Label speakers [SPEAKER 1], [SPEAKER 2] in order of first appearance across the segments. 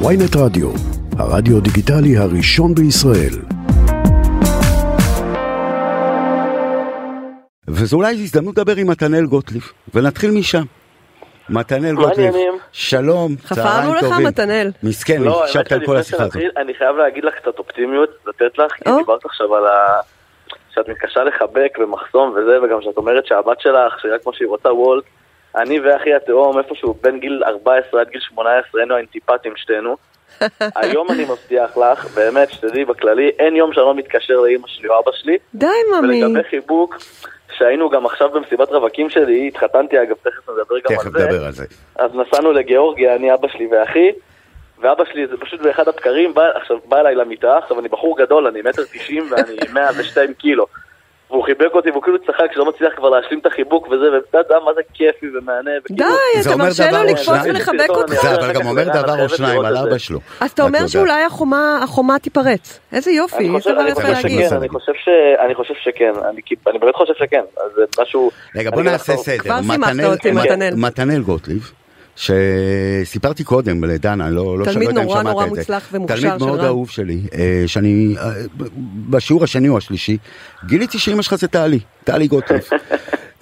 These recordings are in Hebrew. [SPEAKER 1] ויינט רדיו, הרדיו דיגיטלי הראשון בישראל.
[SPEAKER 2] וזו אולי הזדמנות לדבר עם מתנאל גוטליב, ונתחיל משם. מתנאל
[SPEAKER 3] מה
[SPEAKER 2] גוטליב,
[SPEAKER 3] העניינים?
[SPEAKER 2] שלום, צהריים
[SPEAKER 4] חפרנו לך,
[SPEAKER 2] טובים.
[SPEAKER 4] מתנאל.
[SPEAKER 2] מסכן,
[SPEAKER 3] לא, האמת
[SPEAKER 2] ישבת כן, על
[SPEAKER 3] שאני
[SPEAKER 2] כל
[SPEAKER 3] לפני
[SPEAKER 2] השיחה הזאת.
[SPEAKER 3] שנתחיל, אני חייב להגיד לך קצת אופטימיות, לתת לך, כי
[SPEAKER 4] או.
[SPEAKER 3] דיברת עכשיו על ה... שאת מתקשה לחבק במחסום וזה, וגם שאת אומרת שהבת שלך, שרק כמו שהיא רוצה וולט, אני ואחי התאום, איפשהו בין גיל 14 עד גיל 18, היינו האינטיפטים שתינו. היום אני מבטיח לך, באמת, שתדעי בכללי, אין יום שאני לא מתקשר לאימא שלי או אבא שלי,
[SPEAKER 4] די, ממי.
[SPEAKER 3] ולגבי חיבוק, שהיינו גם עכשיו במסיבת רווקים שלי, התחתנתי אגב, תכף נדבר גם
[SPEAKER 2] תכף
[SPEAKER 3] על זה.
[SPEAKER 2] נדבר על זה.
[SPEAKER 3] אז נסענו לגיאורגיה, אני, אבא שלי ואחי, ואבא שלי זה פשוט באחד הבקרים, בא, עכשיו בא אליי למיטה, עכשיו אני בחור גדול, אני מטר תשעים ואני מאה ושתיים קילו. והוא חיבק אותי והוא כאילו צחק שלא מצליח כבר להשלים את החיבוק וזה, ואתה יודע מה זה כיפי ומהנה,
[SPEAKER 4] די,
[SPEAKER 3] וכאילו...
[SPEAKER 2] זה
[SPEAKER 4] אתה
[SPEAKER 2] אומר
[SPEAKER 4] מרשה
[SPEAKER 2] דבר
[SPEAKER 4] לו
[SPEAKER 2] או
[SPEAKER 4] לקפוץ
[SPEAKER 2] שניים.
[SPEAKER 4] ולחבק
[SPEAKER 3] סרטון,
[SPEAKER 4] אותך?
[SPEAKER 2] זה
[SPEAKER 3] אני אחר
[SPEAKER 2] אבל
[SPEAKER 3] כך
[SPEAKER 2] גם אומר
[SPEAKER 3] לדבר,
[SPEAKER 2] דבר או
[SPEAKER 3] חייבת
[SPEAKER 2] שניים
[SPEAKER 3] לראות
[SPEAKER 2] על
[SPEAKER 3] את
[SPEAKER 2] אבא
[SPEAKER 3] זה.
[SPEAKER 2] שלו.
[SPEAKER 4] אז אתה
[SPEAKER 2] רק
[SPEAKER 4] אומר
[SPEAKER 2] יודע.
[SPEAKER 4] שאולי החומה, החומה תיפרץ. איזה יופי,
[SPEAKER 3] אני
[SPEAKER 4] איזה
[SPEAKER 3] חושב,
[SPEAKER 4] דבר
[SPEAKER 2] זה
[SPEAKER 3] אני
[SPEAKER 4] יפה
[SPEAKER 2] מה
[SPEAKER 3] חושב
[SPEAKER 2] שאני
[SPEAKER 4] להגיד.
[SPEAKER 3] שכן, אני חושב ש- אני חושב שכן, אני כי- אני באמת חושב שכן, אז זה משהו...
[SPEAKER 2] רגע,
[SPEAKER 3] אני
[SPEAKER 2] בוא
[SPEAKER 3] גם
[SPEAKER 2] נעשה
[SPEAKER 3] אחזור.
[SPEAKER 2] סדר.
[SPEAKER 4] כבר סימכת
[SPEAKER 2] מתנאל- אה,
[SPEAKER 4] אותי,
[SPEAKER 2] מת-
[SPEAKER 4] מתנאל.
[SPEAKER 2] מתנאל גוטליב, שסיפרתי קודם לדנה, לא לא
[SPEAKER 4] תלמיד
[SPEAKER 2] שאני לא יודע אם
[SPEAKER 4] נורא
[SPEAKER 2] שמעת
[SPEAKER 4] נורא
[SPEAKER 2] את זה.
[SPEAKER 4] מוצלח ומוכשר
[SPEAKER 2] תלמיד
[SPEAKER 4] של
[SPEAKER 2] מאוד
[SPEAKER 4] רן.
[SPEAKER 2] אהוב שלי, אה, שאני אה, ב- בשיעור השני או השלישי, גיליתי שאימא שלך זה טלי, טלי גוטליב.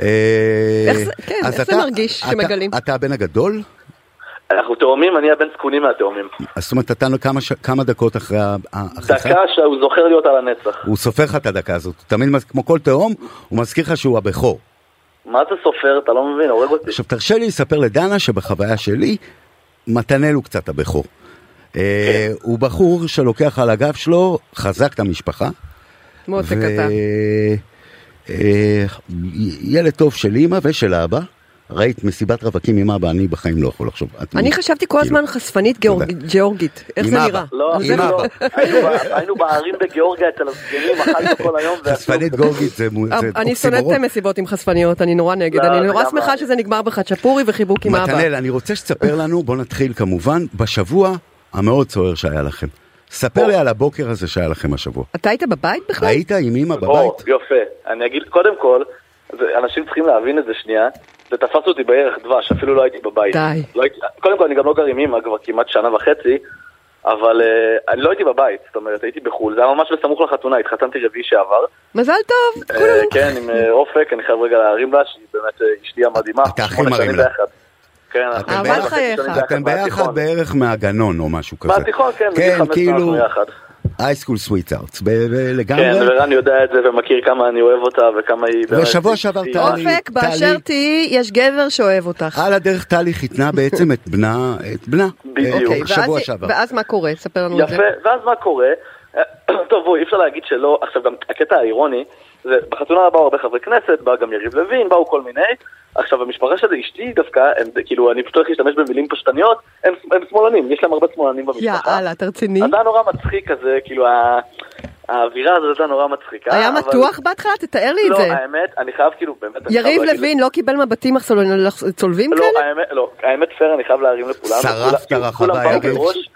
[SPEAKER 2] אה,
[SPEAKER 4] איך זה- כן,
[SPEAKER 2] אז
[SPEAKER 4] איך זה
[SPEAKER 2] אתה-
[SPEAKER 4] מרגיש
[SPEAKER 2] אתה-
[SPEAKER 4] שמגלים?
[SPEAKER 2] אתה הבן הגדול?
[SPEAKER 3] אנחנו תאומים, אני הבן זקונים מהתאומים.
[SPEAKER 2] אז זאת אומרת, אתה כמה ש- כמה דקות אחרי ה- אחרי זה?
[SPEAKER 3] דקה שהוא זוכר להיות על הנצח.
[SPEAKER 2] הוא סופר לך את הדקה הזאת, הוא תמיד מז- כמו כל תהום, הוא מזכיר לך שהוא הבכור.
[SPEAKER 3] מה זה סופר? אתה לא מבין, הורג אותי.
[SPEAKER 2] עכשיו תרשה לי לספר לדנה שבחוויה שלי, מתנאל הוא קצת הבכור. אה, הוא בחור שלוקח על הגב שלו, חזק את המשפחה.
[SPEAKER 4] מותק אתה.
[SPEAKER 2] אה, ילד טוב של אימא ושל אבא. ראית מסיבת רווקים עם אבא, אני בחיים לא יכול לחשוב. את-
[SPEAKER 4] אני חשבתי כל
[SPEAKER 2] כאילו,
[SPEAKER 4] הזמן חשפנית גיאורג- גיאורגית. איך
[SPEAKER 2] עם
[SPEAKER 4] זה
[SPEAKER 2] אבא.
[SPEAKER 4] נראה?
[SPEAKER 3] לא,
[SPEAKER 4] זה
[SPEAKER 3] אפילו לא. היינו ב- היינו בערים בגיאורגיה אצל הזקנים, אכלנו כל היום. ואכלו-
[SPEAKER 2] חשפנית גורגית זה מו- זה
[SPEAKER 4] אה, אני שונאת
[SPEAKER 2] אוקסימורון.
[SPEAKER 4] מסיבות עם חשפניות, אני נורא נגד.
[SPEAKER 3] לא,
[SPEAKER 4] אני נורא
[SPEAKER 3] למה?
[SPEAKER 4] שמחה שזה נגמר בחצ'פורי וחיבוק עם אבא.
[SPEAKER 2] מתנאל, אני רוצה שתספר לנו, בוא נתחיל כמובן, בשבוע המאוד סוער שהיה לכם. ספר
[SPEAKER 3] בוא.
[SPEAKER 2] לי על הבוקר הזה שהיה לכם השבוע.
[SPEAKER 4] אתה היית בבית בכלל?
[SPEAKER 2] היית עם אימא
[SPEAKER 3] או,
[SPEAKER 2] בבית?
[SPEAKER 3] יפה. אני אגיד, קודם כל, זה- אנשים צריכים להבין את זה שנייה. זה תפס אותי בירח דבש, אפילו לא הייתי בבית.
[SPEAKER 4] די.
[SPEAKER 3] לא הייתי- קודם כל, אני גם לא גר עם אמא כבר כמעט שנה וחצי, אבל אה, אני לא הייתי בבית, זאת אומרת, הייתי בחו"ל. זה היה ממש בסמוך לחתונה, התחתנתי רביעי שעבר.
[SPEAKER 4] מזל טוב,
[SPEAKER 3] אה,
[SPEAKER 4] כולנו.
[SPEAKER 3] כן, עם אה, אופק, אני חייב רגע להרים לה, שהיא באמת אה, אשתי המדהימה.
[SPEAKER 2] אתה הכי
[SPEAKER 3] שמונה
[SPEAKER 2] מרים
[SPEAKER 3] שנים
[SPEAKER 2] לה.
[SPEAKER 3] ביחד. כן, אנחנו
[SPEAKER 2] אתם
[SPEAKER 4] אה,
[SPEAKER 3] שמונה
[SPEAKER 2] ביחד?
[SPEAKER 3] וחצי שנים
[SPEAKER 4] אתם
[SPEAKER 2] אתם ביחד
[SPEAKER 3] מהתיכון.
[SPEAKER 2] בערך מהגנון או משהו כזה.
[SPEAKER 3] מהתיכון, כן, בגיל
[SPEAKER 2] כן,
[SPEAKER 3] 15
[SPEAKER 2] כאילו,
[SPEAKER 3] אנחנו ביחד.
[SPEAKER 2] אייסקול סוויטארטס,
[SPEAKER 3] כן,
[SPEAKER 2] לגמרי.
[SPEAKER 3] ורן יודע את זה ומכיר כמה אני אוהב אותה וכמה היא... באמת-
[SPEAKER 2] ושבוע שעבר
[SPEAKER 3] היא-
[SPEAKER 2] טלי- אני-
[SPEAKER 4] אופק, באשר
[SPEAKER 2] טלי-
[SPEAKER 4] תהיי, יש גבר שאוהב אותך.
[SPEAKER 2] על הדרך טלי חיתנה בעצם את בנה, את בנה.
[SPEAKER 3] בדיוק.
[SPEAKER 2] אה,
[SPEAKER 4] אוקיי, ואז-
[SPEAKER 2] שבוע שעבר.
[SPEAKER 4] ואז מה קורה? ספר לנו את זה.
[SPEAKER 3] יפה, ואז מה קורה? טוב, בואי, אי אפשר להגיד שלא, עכשיו גם הקטע האירוני, זה בחתונה באו הרבה חברי כנסת, בא גם יריב לוין, באו כל מיני, עכשיו המשפחה של אשתי דווקא, הם, כאילו, אני פשוט הולך להשתמש במילים פשטניות, הם, הם שמאלנים, יש להם הרבה שמאלנים
[SPEAKER 4] יא
[SPEAKER 3] במשפחה.
[SPEAKER 4] אללה, אתה רציני?
[SPEAKER 3] אז זה היה נורא מצחיק כזה, כאילו, ה- האווירה הזאת הייתה נורא מצחיקה.
[SPEAKER 4] היה
[SPEAKER 3] אבל-
[SPEAKER 4] מתוח בהתחלה? תתאר לי את
[SPEAKER 3] לא,
[SPEAKER 4] זה.
[SPEAKER 3] האמת, אני חייב כאילו, באמת, אני
[SPEAKER 4] יריב
[SPEAKER 3] חייב להגיד-
[SPEAKER 4] לוין לא קיבל מבטים אך צולבים
[SPEAKER 3] לא,
[SPEAKER 4] כאלה?
[SPEAKER 3] האמת, לא, האמת פייר, אני חייב להרים לכולם.
[SPEAKER 2] שרפת
[SPEAKER 3] כולם-
[SPEAKER 2] רחבה,
[SPEAKER 3] כולם באו
[SPEAKER 2] יריב.
[SPEAKER 3] בראש,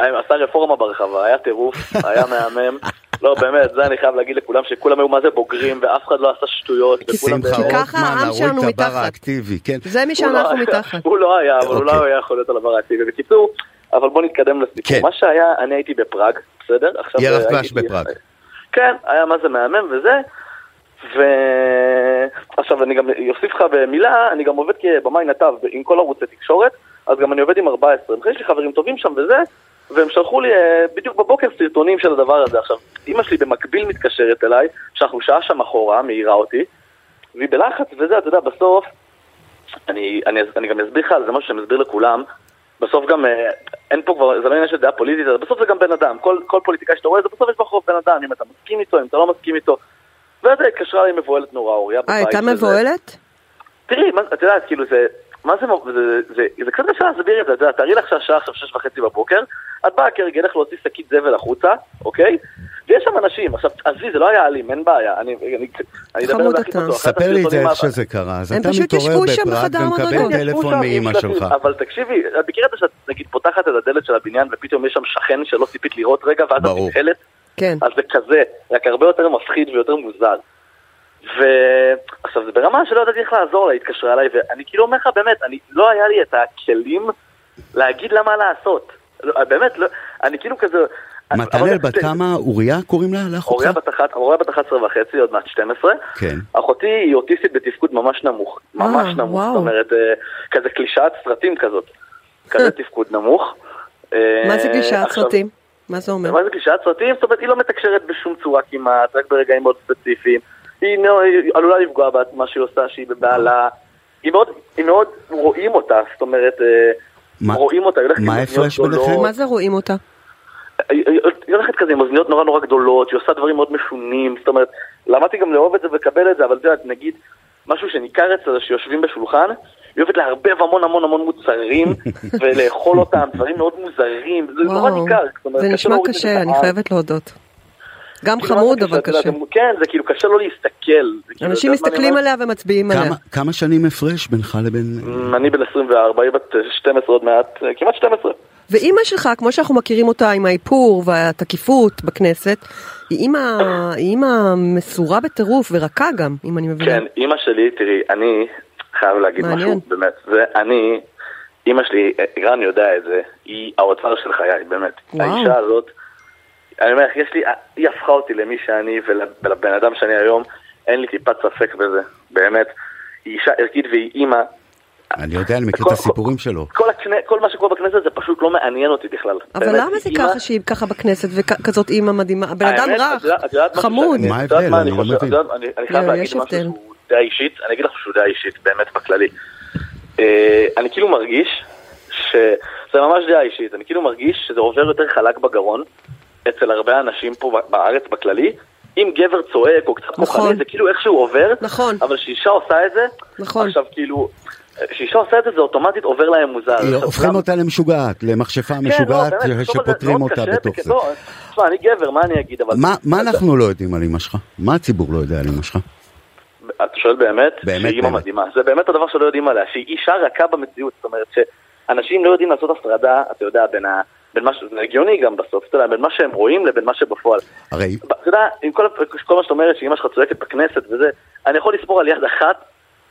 [SPEAKER 3] אה, עשה רפורמה ברחבה, היה טירוף, היה מהמם. לא, באמת, זה אני חייב להגיד לכולם, שכולם היו מה זה בוגרים, ואף אחד לא עשה שטויות, וכולם
[SPEAKER 2] שמחה
[SPEAKER 4] ככה
[SPEAKER 2] רוטמן,
[SPEAKER 4] העם
[SPEAKER 2] הרואים
[SPEAKER 4] שלנו
[SPEAKER 2] את הבר
[SPEAKER 4] מתחת.
[SPEAKER 2] האקטיבי, כן.
[SPEAKER 4] זה מי
[SPEAKER 3] הוא לא
[SPEAKER 4] שאנחנו
[SPEAKER 3] היה-
[SPEAKER 4] מתחת.
[SPEAKER 3] הוא לא היה, אבל הוא לא
[SPEAKER 2] אוקיי.
[SPEAKER 3] היה יכול להיות על עבר העתיד. בקיצור, אבל בוא נתקדם לסיפור.
[SPEAKER 2] כן.
[SPEAKER 3] מה שהיה, אני הייתי בפראג, בסדר? עכשיו,
[SPEAKER 2] ירח
[SPEAKER 3] אה,
[SPEAKER 2] דבש
[SPEAKER 3] הייתי-
[SPEAKER 2] בפראג.
[SPEAKER 3] כן, היה מה זה מהמם וזה. ועכשיו אני גם אוסיף לך במילה, אני גם עובד כבמאי נתב עם כל ערוצי תקשורת, אז גם אני עובד עם 14. יש לי חברים טובים שם וזה, והם שלחו לי אה, בדיוק בבוקר סרטונים של הדבר הזה. עכשיו, אימא שלי במקביל מתקשרת אליי, שאנחנו שעה שם אחורה, מעירה אותי, והיא בלחץ וזה, אתה יודע, בסוף, אני, אני, אני גם אסביר לך, זה משהו שאני מסביר לכולם, בסוף גם, אה, אין פה כבר, זה לא עניין של דעה פוליטית, אבל בסוף זה גם בן אדם, כל, כל פוליטיקאי שאתה רואה, זה בסוף יש בחוף בן אדם, אם אתה מסכים איתו, אם אתה לא מסכים איתו. ואז היא התקשרה אליי מבוהלת נורא, אוריה,
[SPEAKER 4] אה,
[SPEAKER 3] לא בבית.
[SPEAKER 4] הייתה
[SPEAKER 3] וזה-
[SPEAKER 4] מבוהלת?
[SPEAKER 3] תראי, מה- את יודעת, כאילו זה... מה זה, מ- זה, זה, זה, זה קצת קשה להסביר את זה, את יודעת, תארי לך שהשעה עכשיו שש וחצי בבוקר, את באה כרגלך להוציא שקית זבל החוצה, אוקיי? ויש שם אנשים, עכשיו, עזבי, זה לא היה אלים, אין בעיה, אני, אני, אני אדבר על
[SPEAKER 4] חמוד
[SPEAKER 3] זה הכי
[SPEAKER 4] אתה.
[SPEAKER 3] פתוח. אחד
[SPEAKER 2] ספר לי את זה
[SPEAKER 3] הסרטונים
[SPEAKER 2] איך
[SPEAKER 3] הבא-
[SPEAKER 2] שזה קרה, אז
[SPEAKER 4] הם
[SPEAKER 2] אתה
[SPEAKER 4] פשוט
[SPEAKER 2] מתעורר
[SPEAKER 4] ישבו שם
[SPEAKER 2] בפראג
[SPEAKER 4] בחדר
[SPEAKER 2] ומקבל
[SPEAKER 4] מדרגות.
[SPEAKER 2] טלפון
[SPEAKER 3] ישבו שם
[SPEAKER 2] מאימא
[SPEAKER 3] עם שלטים,
[SPEAKER 2] שלך.
[SPEAKER 3] אבל תקשיבי, את מכירה את זה שאת נגיד פותחת את הדלת של הבניין ופתאום יש שם שכן שלא ציפית לראות רגע ואז את
[SPEAKER 2] ברור.
[SPEAKER 3] נבהלת?
[SPEAKER 4] כן.
[SPEAKER 3] אז זה כזה, רק הרבה יותר מפחיד ויותר מוזר. ועכשיו זה ברמה שלא ידעתי איך לעזור לה, היא התקשרה אליי ואני כאילו אומר לך באמת, אני לא היה לי את הכלים להגיד לה מה לעשות. לא, באמת, לא, אני כאילו כזה... אני-
[SPEAKER 2] מתנאל
[SPEAKER 3] אבל-
[SPEAKER 2] בת כמה, אוריה קוראים לה?
[SPEAKER 4] אוקיי.
[SPEAKER 2] לאחותך?
[SPEAKER 3] אוריה בת אחת- אוריה בת 11 וחצי, עוד מעט 12.
[SPEAKER 2] כן.
[SPEAKER 3] אחותי היא אוטיסטית בתפקוד ממש נמוך. ממש
[SPEAKER 4] אה,
[SPEAKER 3] נמוך,
[SPEAKER 4] וואו.
[SPEAKER 3] זאת אומרת, אה, כזה קלישאת סרטים כזאת. כזה תפקוד נמוך. אה,
[SPEAKER 4] מה זה קלישאת
[SPEAKER 3] עכשיו-
[SPEAKER 4] סרטים? מה זה אומר?
[SPEAKER 3] מה זה קלישאת סרטים? זאת אומרת, היא לא מתקשרת בשום צורה כמעט, רק ברגעים מאוד ספציפיים. היא, נו- היא עלולה לפגוע בעצמה שהיא עושה, שהיא בבעלה. היא מאוד, היא מאוד, רואים אותה, זאת אומרת, אה,
[SPEAKER 2] מה-
[SPEAKER 3] רואים אותה, היא הולכת
[SPEAKER 2] מה
[SPEAKER 3] עם
[SPEAKER 2] ההפרש
[SPEAKER 3] אוזניות גדולות.
[SPEAKER 2] ביניכם?
[SPEAKER 4] מה זה רואים אותה?
[SPEAKER 3] היא היא- היא הולכת כזה עם אוזניות נורא נורא גדולות, היא עושה דברים מאוד משונים, זאת אומרת, למדתי גם לאהוב את זה ולקבל את זה, אבל את יודעת, נגיד, משהו שניכר אצלה שיושבים בשולחן, היא אוהבת לערבב המון המון המון מוצרים, ולאכול אותם, דברים מאוד מוזרים, זה נורא
[SPEAKER 4] וואו,
[SPEAKER 3] ניכר. זאת אומרת,
[SPEAKER 4] זה
[SPEAKER 3] קשה
[SPEAKER 4] נשמע
[SPEAKER 3] להוריד את זה אה,
[SPEAKER 4] קשה, אני
[SPEAKER 3] מהעין.
[SPEAKER 4] חייבת להודות. גם
[SPEAKER 3] כאילו,
[SPEAKER 4] חמוד,
[SPEAKER 3] מה זה
[SPEAKER 4] אבל
[SPEAKER 3] קשה? אתה
[SPEAKER 4] קשה.
[SPEAKER 3] יודע, גם- כן, זה כאילו קשה לא להסתכל. זה כאילו,
[SPEAKER 4] אנשים
[SPEAKER 3] אתה יודע מה אני
[SPEAKER 4] מסתכלים
[SPEAKER 3] אומר?
[SPEAKER 4] עליה ומצביעים עליה.
[SPEAKER 2] כמה- כמה שנים הפרש בינך לבין...
[SPEAKER 3] אמ, אני בן 24, היא בת 12 עוד מעט, אה, כמעט 12.
[SPEAKER 4] ואימא שלך, כמו שאנחנו מכירים אותה עם האיפור והתקיפות בכנסת, היא אימא, היא אימא מסורה בטירוף ורכה גם, אם אני מבינה.
[SPEAKER 3] כן, אימא שלי, תראי, אני חייב להגיד
[SPEAKER 4] מעניין.
[SPEAKER 3] משהו, באמת, זה אני, אימא שלי, אה, רן יודע את זה, היא האוצר של חיי, באמת.
[SPEAKER 4] וואו.
[SPEAKER 3] האישה הזאת, אני אומר לך, יש לי, היא הפכה אותי למי שאני ול- ולבן אדם שאני היום, אין לי טיפת ספק בזה, באמת. היא אישה ערכית והיא אימא.
[SPEAKER 2] אני יודע, אני מכיר
[SPEAKER 3] אה, כל-
[SPEAKER 2] את הסיפורים שלו.
[SPEAKER 3] כל, הכנה, כל מה שקורה בכנסת זה פשוט לא מעניין אותי בכלל.
[SPEAKER 4] אבל
[SPEAKER 3] באמת,
[SPEAKER 4] למה
[SPEAKER 3] היא
[SPEAKER 4] זה
[SPEAKER 3] אימא-
[SPEAKER 4] ככה שהיא ככה בכנסת וכזאת אימא מדהימה? בן אדם
[SPEAKER 3] האמת,
[SPEAKER 4] רך,
[SPEAKER 3] את יודעת- את יודעת משהו
[SPEAKER 4] חמוד.
[SPEAKER 3] שאני-
[SPEAKER 2] מה
[SPEAKER 3] את יודעת
[SPEAKER 2] ההבדל? אני לא
[SPEAKER 3] חושב?
[SPEAKER 2] מבין.
[SPEAKER 3] את יודעת, אני אני חייב
[SPEAKER 4] לא,
[SPEAKER 3] להגיד
[SPEAKER 4] יש
[SPEAKER 3] משהו
[SPEAKER 4] הבדל.
[SPEAKER 3] שהוא דעה אישית, אני אגיד לך שהוא דעה אישית, באמת בכללי. אה, אני כאילו מרגיש ש... זה ממש דעה אישית, אני כאילו מרגיש שזה עובר יותר חלק בגרון אצל הרבה אנשים פה ב- בארץ בכללי. אם גבר צועק או קצת
[SPEAKER 4] נכון.
[SPEAKER 3] כוחני, זה כאילו איכשהו עובר,
[SPEAKER 4] נכון.
[SPEAKER 3] אבל כשאישה עושה את זה,
[SPEAKER 4] נכון.
[SPEAKER 3] עכשיו כאילו, כשאישה עושה את זה, זה אוטומטית עובר להם מוזר.
[SPEAKER 2] היא-
[SPEAKER 3] עכשיו,
[SPEAKER 2] לא, הופכים
[SPEAKER 3] גם-
[SPEAKER 2] אותה למשוגעת, למכשפה משוגעת
[SPEAKER 3] אה, כן, לא, באמת, תחשוב על זה,
[SPEAKER 2] שפותרים
[SPEAKER 3] מאוד
[SPEAKER 2] אותה
[SPEAKER 3] קשה,
[SPEAKER 2] בתוך
[SPEAKER 3] וכן,
[SPEAKER 2] זה.
[SPEAKER 3] לא, תשמע, אני גבר, מה אני אגיד, אבל...
[SPEAKER 2] מה- מה אנחנו לא יודעים על אמא שלך? מה הציבור לא יודע על אמא שלך?
[SPEAKER 3] אתה שואל באמת?
[SPEAKER 2] באמת,
[SPEAKER 3] שהיא אימא
[SPEAKER 2] באמת.
[SPEAKER 3] מדהימה. זה באמת הדבר שלא יודעים עליה, שהיא אישה רכה במציאות, זאת אומרת שאנשים לא יודעים לעשות הפרדה, אתה יודע, בין ה... בין מה ש... זה הגיוני גם בסוף, אתה יודע, בין מה שהם רואים לבין מה שבפועל.
[SPEAKER 2] הרי
[SPEAKER 3] אתה יודע, עם כל, כל מה שאת אומרת, שאימא שלך צועקת בכנסת וזה, אני יכול לספור על יד אחת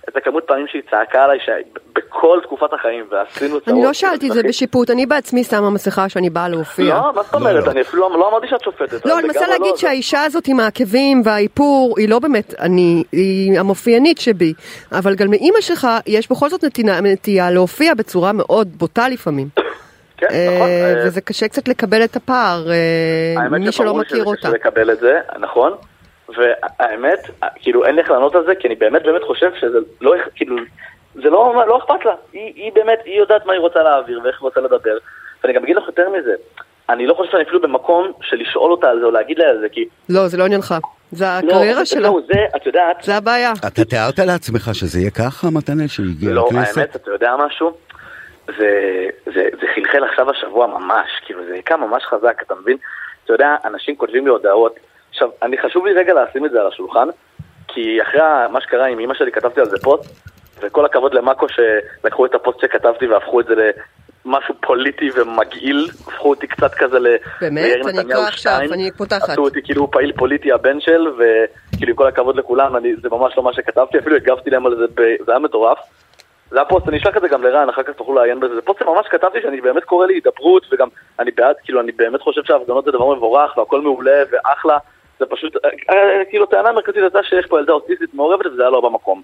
[SPEAKER 3] את הכמות פעמים שהיא צעקה עליי ש... בכל תקופת החיים, ועשינו צרות.
[SPEAKER 4] אני לא שאלתי את זה בשיפוט, אני בעצמי שמה מסכה שאני באה להופיע.
[SPEAKER 3] לא, מה זאת
[SPEAKER 2] לא,
[SPEAKER 3] אומרת?
[SPEAKER 2] לא.
[SPEAKER 3] אני אפילו לא- לא אמרתי שאת שופטת. אבל
[SPEAKER 4] לא, אני מנסה
[SPEAKER 3] לגמרי לא,
[SPEAKER 4] להגיד
[SPEAKER 3] זה-
[SPEAKER 4] שהאישה הזאת עם העקבים והאיפור, היא לא באמת אני, היא המופיינית שבי. אבל גם לאימא שלך יש בכל זאת נתינה- נטייה להופיע בצורה מאוד בוטה לפעמים.
[SPEAKER 3] כן, נכון.
[SPEAKER 4] אה,
[SPEAKER 3] אה,
[SPEAKER 4] וזה קשה קצת לקבל את הפער, אה,
[SPEAKER 3] האמת
[SPEAKER 4] מי שלא
[SPEAKER 3] שברור
[SPEAKER 4] מכיר
[SPEAKER 3] שזה
[SPEAKER 4] אותה.
[SPEAKER 3] קשה לקבל את זה, נכון. והאמת, כאילו אין לי איך לענות על זה, כי אני באמת באמת חושב שזה לא, איך- כאילו, זה לא, לא אכפת לה. היא, היא באמת, היא יודעת מה היא רוצה להעביר ואיך היא רוצה לדבר. ואני גם אגיד לך יותר מזה, אני לא חושב שאני אפילו במקום של לשאול אותה על זה או להגיד לה על זה, כי...
[SPEAKER 4] לא, זה לא עניינך. זה
[SPEAKER 3] לא,
[SPEAKER 4] הקריירה
[SPEAKER 3] זה-
[SPEAKER 4] שלה,
[SPEAKER 3] לא, זה, את יודעת,
[SPEAKER 4] זה הבעיה.
[SPEAKER 2] אתה תיארת לעצמך שזה יהיה ככה, מתנאל, שהיא הגיעה
[SPEAKER 3] לא,
[SPEAKER 2] לכנסת?
[SPEAKER 3] האמת, אתה יודע משהו? זה, זה, זה חלחל עכשיו השבוע ממש, כאילו זה היכה ממש חזק, אתה מבין? אתה יודע, אנשים כותבים לי הודעות. עכשיו, אני חשוב לי רגע לשים את זה על השולחן, כי אחרי ה- מה שקרה עם אמא שלי כתבתי על זה פוסט, וכל הכבוד למאקו שלקחו את הפוסט שכתבתי והפכו את זה למשהו פוליטי ומגעיל, הפכו אותי קצת כזה ל...
[SPEAKER 4] באמת?
[SPEAKER 3] ליאיר
[SPEAKER 4] אני
[SPEAKER 3] נתניהו
[SPEAKER 4] אקרא עכשיו,
[SPEAKER 3] שתיים.
[SPEAKER 4] אני פותחת.
[SPEAKER 3] עשו אותי כאילו פעיל פוליטי הבן של, וכאילו עם כל הכבוד לכולם, אני, זה ממש לא מה שכתבתי, אפילו הגבתי להם על זה, ב, זה היה מטורף. זה היה פוסט, אני אשלח את זה גם לרן, אחר כך תוכלו לעיין בזה. זה פוסט שממש כתבתי שאני באמת קורא להידברות, וגם אני בעד, כאילו, אני באמת חושב שההפגנות זה דבר מבורך, והכל מעולה, ואחלה. זה פשוט, אה, אה, כאילו, הטענה המרכזית הייתה שיש פה ילדה אוטיסטית מעורבת, וזה היה לא במקום.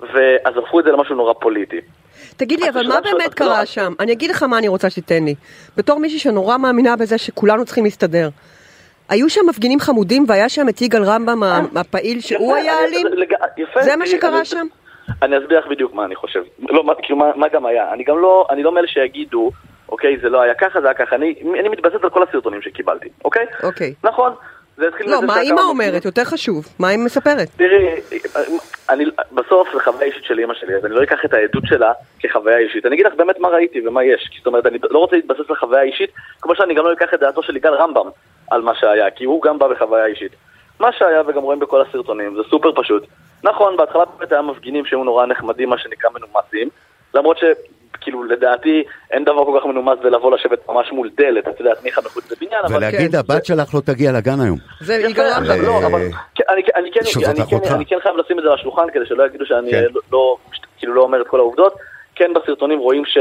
[SPEAKER 3] ואז הפכו את זה למשהו נורא פוליטי.
[SPEAKER 4] תגיד לי,
[SPEAKER 3] אתה
[SPEAKER 4] אבל
[SPEAKER 3] שואל
[SPEAKER 4] מה
[SPEAKER 3] שאלות,
[SPEAKER 4] באמת
[SPEAKER 3] לא,
[SPEAKER 4] קרה
[SPEAKER 3] את-
[SPEAKER 4] שם? אני אגיד לך מה אני רוצה שתיתן לי. בתור מישהי שנורא מאמינה בזה שכולנו צריכים להסתדר. היו שם מפגינים חמודים והיה שם את יגאל רמב"ם ה- הפעיל שהוא
[SPEAKER 3] אה, יפה,
[SPEAKER 4] היה
[SPEAKER 3] אני-
[SPEAKER 4] אלים?
[SPEAKER 3] לג- יפה,
[SPEAKER 4] זה מה
[SPEAKER 3] אני-
[SPEAKER 4] שקרה
[SPEAKER 3] אני-
[SPEAKER 4] שם?
[SPEAKER 3] אני אסביר לך בדיוק מה אני חושב. לא, מה, כאילו, מה, מה גם היה. אני גם לא, אני לא מאלה שיגידו, אוקיי, זה לא היה ככה, זה היה ככה. אני, אני מתבסס על כל הסרטונים שקיבלתי, אוקיי?
[SPEAKER 4] אוקיי.
[SPEAKER 3] נכון. זה התחיל
[SPEAKER 4] לא,
[SPEAKER 3] מזה
[SPEAKER 4] מה
[SPEAKER 3] שהיה
[SPEAKER 4] אימא
[SPEAKER 3] כמה-
[SPEAKER 4] אומרת? יותר חשוב. מה היא מספרת?
[SPEAKER 3] תראי, אני, בסוף זה חוויה אישית של אימא שלי, אז אני לא אקח את העדות שלה כחוויה אישית. אני אגיד לך באמת מה ראיתי ומה יש. כי זאת אומרת, אני לא רוצה להתבסס על חוויה אישית, כמו שאני גם לא אקח את דעתו של יגאל רמב"ם על מה שהיה, כי הוא גם בא בחוויה אישית. מה שהיה, וגם רואים בכל הסרטונים, זה סופר פשוט. נכון, בהתחלה באמת היה מפגינים שהיו נורא נחמדים, מה שנקרא מנומסים, למרות שכאילו, לדעתי, אין דבר כל כך מנומס בלבוא לשבת ממש מול דלת, את יודעת, ניחא מחוץ לבניין, אבל...
[SPEAKER 2] ולהגיד,
[SPEAKER 4] כן.
[SPEAKER 2] הבת שלך לא תגיע לגן היום.
[SPEAKER 4] זה
[SPEAKER 3] יפה,
[SPEAKER 4] יגאל רמב"ם.
[SPEAKER 3] אבל לא, אבל
[SPEAKER 2] אה,
[SPEAKER 3] כן, אני- אני כן-
[SPEAKER 2] שזאת
[SPEAKER 3] אני כן-
[SPEAKER 2] אחותך.
[SPEAKER 3] אני כן חייב לשים את זה על השולחן כדי שלא יגידו שאני
[SPEAKER 2] כן.
[SPEAKER 3] אה, לא- לא, כאילו לא אומר את כל העובדות. כן בסרטונים רואים ש...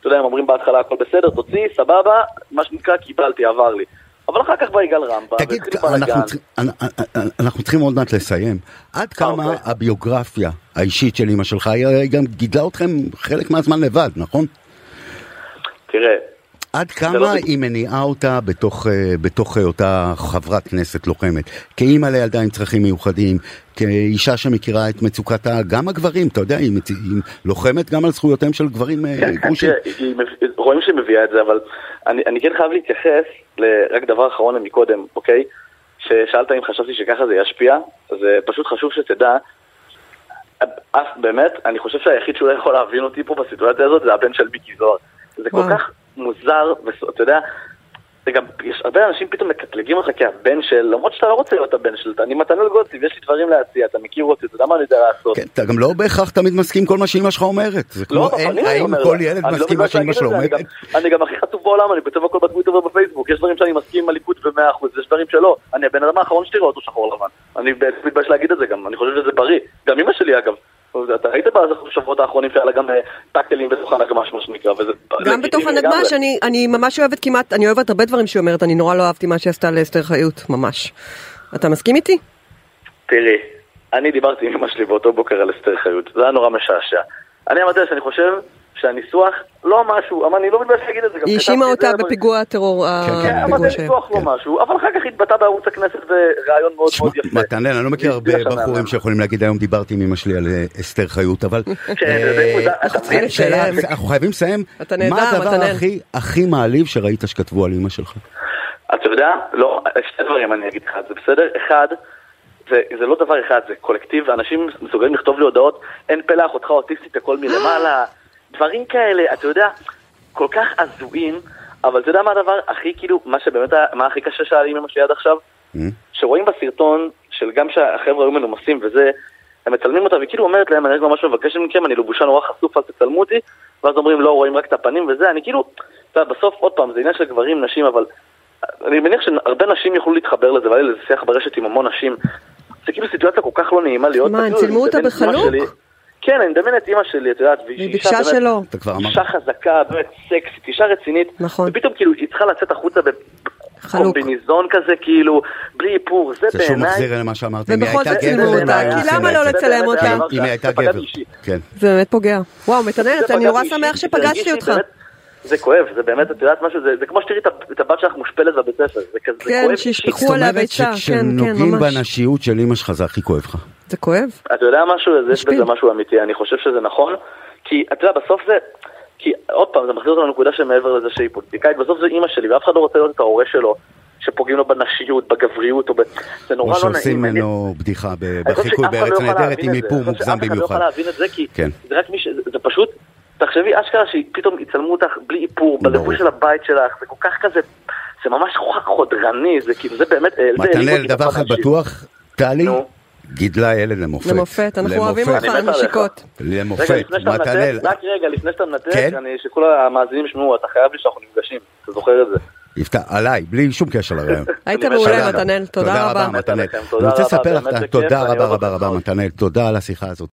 [SPEAKER 3] אתה יודע, הם אומרים בהתחלה הכל בסדר, תוציא, סבבה, מה שנקרא קיבלתי, עבר לי. אבל אחר כך בא יגאל רמבה,
[SPEAKER 2] תגיד,
[SPEAKER 3] והתחיל
[SPEAKER 2] אנחנו
[SPEAKER 3] בלאגן.
[SPEAKER 2] צריכים- אה, אנ- אנ- אנ- אנחנו צריכים עוד מעט לסיים. עד כמה
[SPEAKER 3] אוקיי.
[SPEAKER 2] הביוגרפיה האישית של אימא שלך, היא הרי גם גידלה אתכם חלק מהזמן לבד, נכון?
[SPEAKER 3] תראה,
[SPEAKER 2] עד
[SPEAKER 3] לא
[SPEAKER 2] כמה
[SPEAKER 3] בדיוק.
[SPEAKER 2] היא מניעה אותה בתוך, אה, בתוך היותה חברת כנסת לוחמת? כאימא לילדה עם צרכים מיוחדים, כאישה שמכירה את מצוקת ה- גם הגברים, אתה יודע, היא, מצ- היא לוחמת גם על זכויותיהם של גברים אה,
[SPEAKER 3] כן, כן,
[SPEAKER 2] גרושים.
[SPEAKER 3] תראה, היא- היא מב- רואים שהיא מביאה את זה, אבל אני אני כן חייב להתייחס לרק דבר אחרון למקודם, אוקיי? ששאלת אם חשבתי שככה זה ישפיע, אז אה, פשוט חשוב שתדע. אז באמת, אני חושב שהיחיד שאולי יכול להבין אותי פה בסיטואציה הזאת זה הבן של מיקי זוהר. זה כל
[SPEAKER 4] וואו.
[SPEAKER 3] כך מוזר, ואתה יודע, זה גם, יש הרבה אנשים פתאום מקטלגים אותך כהבן של, למרות שאתה לא רוצה להיות הבן של, אני מתנול גוטליב, יש לי דברים להציע, אתה מכיר אותי, אתה יודע מה אני יודע לעשות.
[SPEAKER 2] כן, אתה גם לא בהכרח תמיד מסכים כל מה שאימא שלך אומרת. זה כמו,
[SPEAKER 3] לא, אבל
[SPEAKER 2] אין,
[SPEAKER 3] אני
[SPEAKER 2] האם
[SPEAKER 3] אומר
[SPEAKER 2] כל
[SPEAKER 3] לה,
[SPEAKER 2] ילד
[SPEAKER 3] אני לא
[SPEAKER 2] מסכים
[SPEAKER 3] מתבייש
[SPEAKER 2] מה שאימא
[SPEAKER 3] להגיד
[SPEAKER 2] שלו
[SPEAKER 3] את זה, אני
[SPEAKER 2] אומרת?
[SPEAKER 3] גם- אני גם הכי חצוף בעולם, אני כותב הכל בטוויטר ובפייסבוק, יש דברים שאני מסכים עם הליכוד ב-100%, יש דברים שלא. אני הבן אדם האחרון שתראה אותו שחור לבן. אני בעצם מתבייש להגיד את זה גם, אני חושב שזה בריא. גם אמא שלי אגב. אתה ראית בשבועות האחרונים שהיה לה גם אה, טאקלים בתוך הנגמש, מה שנקרא, וזה...
[SPEAKER 4] גם
[SPEAKER 3] לגיטימי
[SPEAKER 4] בתוך
[SPEAKER 3] לגמרי.
[SPEAKER 4] הנגמ"ש, אני, אני ממש אוהבת כמעט, אני אוהבת הרבה דברים שהיא אומרת, אני נורא לא אהבתי מה שעשתה לאסתר חיות, ממש. אתה מסכים איתי?
[SPEAKER 3] תראי, אני דיברתי עם אמא שלי באותו בוקר על אסתר חיות, זה היה נורא משעשע. אני אמרתי לה שאני חושב שהניסוח לא משהו, אבל אני לא מתבייש להגיד את זה. גם
[SPEAKER 4] היא
[SPEAKER 3] כתבתי
[SPEAKER 4] האשימה
[SPEAKER 3] את זה,
[SPEAKER 4] אותה
[SPEAKER 3] אבל-
[SPEAKER 4] בפיגוע הטרור,
[SPEAKER 2] כן,
[SPEAKER 3] כן,
[SPEAKER 4] הפיגוע
[SPEAKER 3] אבל
[SPEAKER 4] ש...
[SPEAKER 3] זה ניתוח לא משהו, אבל אחר כך התבטא בערוץ הכנסת בריאיון מאוד
[SPEAKER 2] תשמע,
[SPEAKER 3] מאוד יפה.
[SPEAKER 2] מתנאל, אני לא מכיר הרבה
[SPEAKER 3] והצליח שם
[SPEAKER 2] בחורים
[SPEAKER 3] מהמם.
[SPEAKER 2] שיכולים להגיד היום דיברתי עם אמא שלי על אה, אסתר חיות, אבל...
[SPEAKER 3] כן, זה- זה מוזר, אתה
[SPEAKER 4] צריכים
[SPEAKER 3] מבין?
[SPEAKER 2] שאלה,
[SPEAKER 4] לסיים.
[SPEAKER 2] אנחנו חייבים לסיים.
[SPEAKER 4] אתה נהדר,
[SPEAKER 2] מה הדבר
[SPEAKER 4] מתנאל.
[SPEAKER 2] הכי הכי מעליב שראית שכתבו על אמא שלך?
[SPEAKER 3] אתה יודע, לא, שתי דברים אני אגיד לך, זה בסדר? אחד, זה, זה לא דבר אחד, זה קולקטיב, אנשים מסוגלים לכתוב לי הודעות, אין פלא אחותך אוטיסטית, הכל מלמעלה, דברים כאלה, אתה יודע, כל כך הזויים, אבל אתה יודע מה הדבר הכי, כאילו, מה שבאמת, היה- מה הכי קשה שהיה לי עם אמא שלי עד עכשיו? שרואים בסרטון, של גם שהחבר'ה היו מנומסים וזה, הם מצלמים אותה, והיא כאילו אומרת להם, אני רק ממש מבקש מכם, אני לבושה נורא חשוף, אל תצלמו אותי, ואז אומרים, לא, רואים רק את הפנים וזה, אני כאילו, אתה יודע, בסוף, עוד פעם, זה עניין של גברים, נשים, אבל אני מניח שהרבה נשים יוכלו להתחבר לזה, והיה לי איזה שיח ברשת עם המון נשים. זה כאילו סיטואציה כל כך לא נעימה להיות.
[SPEAKER 4] מה,
[SPEAKER 3] בה,
[SPEAKER 4] הם
[SPEAKER 3] כאילו, אני
[SPEAKER 4] צילמו אותה
[SPEAKER 3] מדמיין את אמא
[SPEAKER 4] בחלוק?
[SPEAKER 3] שלי- כן, אני מדמיין את אימא שלי, את יודעת, והיא
[SPEAKER 4] היא
[SPEAKER 3] אישה
[SPEAKER 4] ביקשה
[SPEAKER 3] באמת-
[SPEAKER 4] שלא.
[SPEAKER 2] אתה כבר אמרת.
[SPEAKER 3] אישה חזקה, באמת סקסית, אישה רצינית.
[SPEAKER 4] נכון.
[SPEAKER 3] ופתאום כאילו היא צריכה לצאת החוצה
[SPEAKER 4] חלוק.
[SPEAKER 3] בקומביניזון כזה, כאילו, בלי איפור, זה
[SPEAKER 2] זה שוב
[SPEAKER 3] בעיניי...
[SPEAKER 2] מחזיר אל מה שאמרתי, אם היא
[SPEAKER 4] ובכל
[SPEAKER 2] הייתה
[SPEAKER 4] זאת
[SPEAKER 2] גבר,
[SPEAKER 4] צילמו
[SPEAKER 2] אולי
[SPEAKER 4] אותה,
[SPEAKER 2] היינו
[SPEAKER 4] כי
[SPEAKER 2] עושים
[SPEAKER 4] למה
[SPEAKER 2] את
[SPEAKER 4] לא
[SPEAKER 2] זה.
[SPEAKER 4] לצלם
[SPEAKER 3] זה
[SPEAKER 4] אותה?
[SPEAKER 3] הדבר
[SPEAKER 2] אם היא הייתה
[SPEAKER 3] שפגע
[SPEAKER 2] גבר,
[SPEAKER 3] אישית.
[SPEAKER 2] כן.
[SPEAKER 4] זה באמת פוגע. וואו,
[SPEAKER 3] זה
[SPEAKER 4] מתנאל, אתה-
[SPEAKER 3] פגע
[SPEAKER 4] אני נורא
[SPEAKER 3] בי
[SPEAKER 4] שמח
[SPEAKER 3] אישית,
[SPEAKER 4] שפגשתי
[SPEAKER 3] הרגיש לי
[SPEAKER 4] אותך.
[SPEAKER 3] באמת- זה כואב, זה באמת, את יודעת משהו, זה- זה כמו שתראי את ה- את הבת שלך מושפלת בבית ספר, זה כזה זה
[SPEAKER 4] כן,
[SPEAKER 3] כואב
[SPEAKER 4] שישפכו
[SPEAKER 3] אישית.
[SPEAKER 4] קחו עליה ביצה, כן, כן,
[SPEAKER 2] שכשנוגעים
[SPEAKER 4] ממש.
[SPEAKER 2] בנשיות של אמא שלך זה הכי כואב לך.
[SPEAKER 4] זה כואב.
[SPEAKER 3] אתה יודע משהו? אז יש
[SPEAKER 4] משפיל.
[SPEAKER 3] בזה משהו אמיתי, אני חושב שזה נכון, כי אתה יודע, בסוף זה, כי עוד פעם, זה מחזיר אותנו לנקודה שמעבר לזה שהיא פוליטיקאית, בסוף זה אימא שלי, ואף אחד לא רוצה להיות את ההורה שלו, שפוגעים לו בנשיות, בגבריות, או ב...
[SPEAKER 2] או
[SPEAKER 3] זה נורא לא
[SPEAKER 2] שעושים
[SPEAKER 3] נעים. אני-
[SPEAKER 2] ממנו בדיחה ב-
[SPEAKER 3] אני חושב
[SPEAKER 2] בחיקוי
[SPEAKER 3] שאף אחד לא
[SPEAKER 2] בארץ
[SPEAKER 3] יוכל
[SPEAKER 2] נהדרת
[SPEAKER 3] להבין
[SPEAKER 2] עם
[SPEAKER 3] את זה.
[SPEAKER 2] איפור
[SPEAKER 3] אני חושב
[SPEAKER 2] מוגזם
[SPEAKER 3] שאף אחד לא
[SPEAKER 2] במיוחד.
[SPEAKER 3] יכול להבין את זה, כי
[SPEAKER 2] כן.
[SPEAKER 3] זה רק מי ש... זה- זה פשוט, תחשבי, אשכרה שפתאום יצלמו אותך בלי איפור,
[SPEAKER 2] ברור.
[SPEAKER 3] בלבוש של הבית שלך, זה כל כך כזה, זה ממש כל כך חודרני, זה כאילו, זה באמת... זה העליב
[SPEAKER 2] מתנאל,
[SPEAKER 3] אותי
[SPEAKER 2] דבר
[SPEAKER 3] בפן
[SPEAKER 2] אחד
[SPEAKER 3] האישי.
[SPEAKER 2] בטוח, טלי
[SPEAKER 3] נו.
[SPEAKER 2] גידלה ילד למופת.
[SPEAKER 4] למופת, אנחנו אוהבים אותך,
[SPEAKER 2] למופת,
[SPEAKER 3] אני מת עליך.
[SPEAKER 4] נשיקות.
[SPEAKER 3] רגע,
[SPEAKER 2] למופת,
[SPEAKER 3] לפני שאתה מנתק,
[SPEAKER 2] מתנאל,
[SPEAKER 3] רק רגע, לפני שאתה מנתק,
[SPEAKER 2] כן?
[SPEAKER 3] אני- שכל המאזינים ישמעו, אתה חייב לי שאנחנו נפגשים, אתה זוכר את זה.
[SPEAKER 2] יפתח, עליי, בלי שום קשר לרעיון.
[SPEAKER 4] היית
[SPEAKER 3] אני מת
[SPEAKER 4] מעולה,
[SPEAKER 3] עליך.
[SPEAKER 4] מתנאל, תודה רבה.
[SPEAKER 2] מתנאל.
[SPEAKER 3] לכם,
[SPEAKER 2] אני
[SPEAKER 3] תודה
[SPEAKER 2] רוצה
[SPEAKER 3] רבה,
[SPEAKER 2] לספר לך,
[SPEAKER 3] באמת זה כיף,
[SPEAKER 2] תודה
[SPEAKER 3] אני
[SPEAKER 2] רבה
[SPEAKER 3] אוהב
[SPEAKER 2] רבה
[SPEAKER 3] אותך
[SPEAKER 2] רבה,
[SPEAKER 3] מאוד.
[SPEAKER 2] מתנאל, תודה על השיחה הזאת.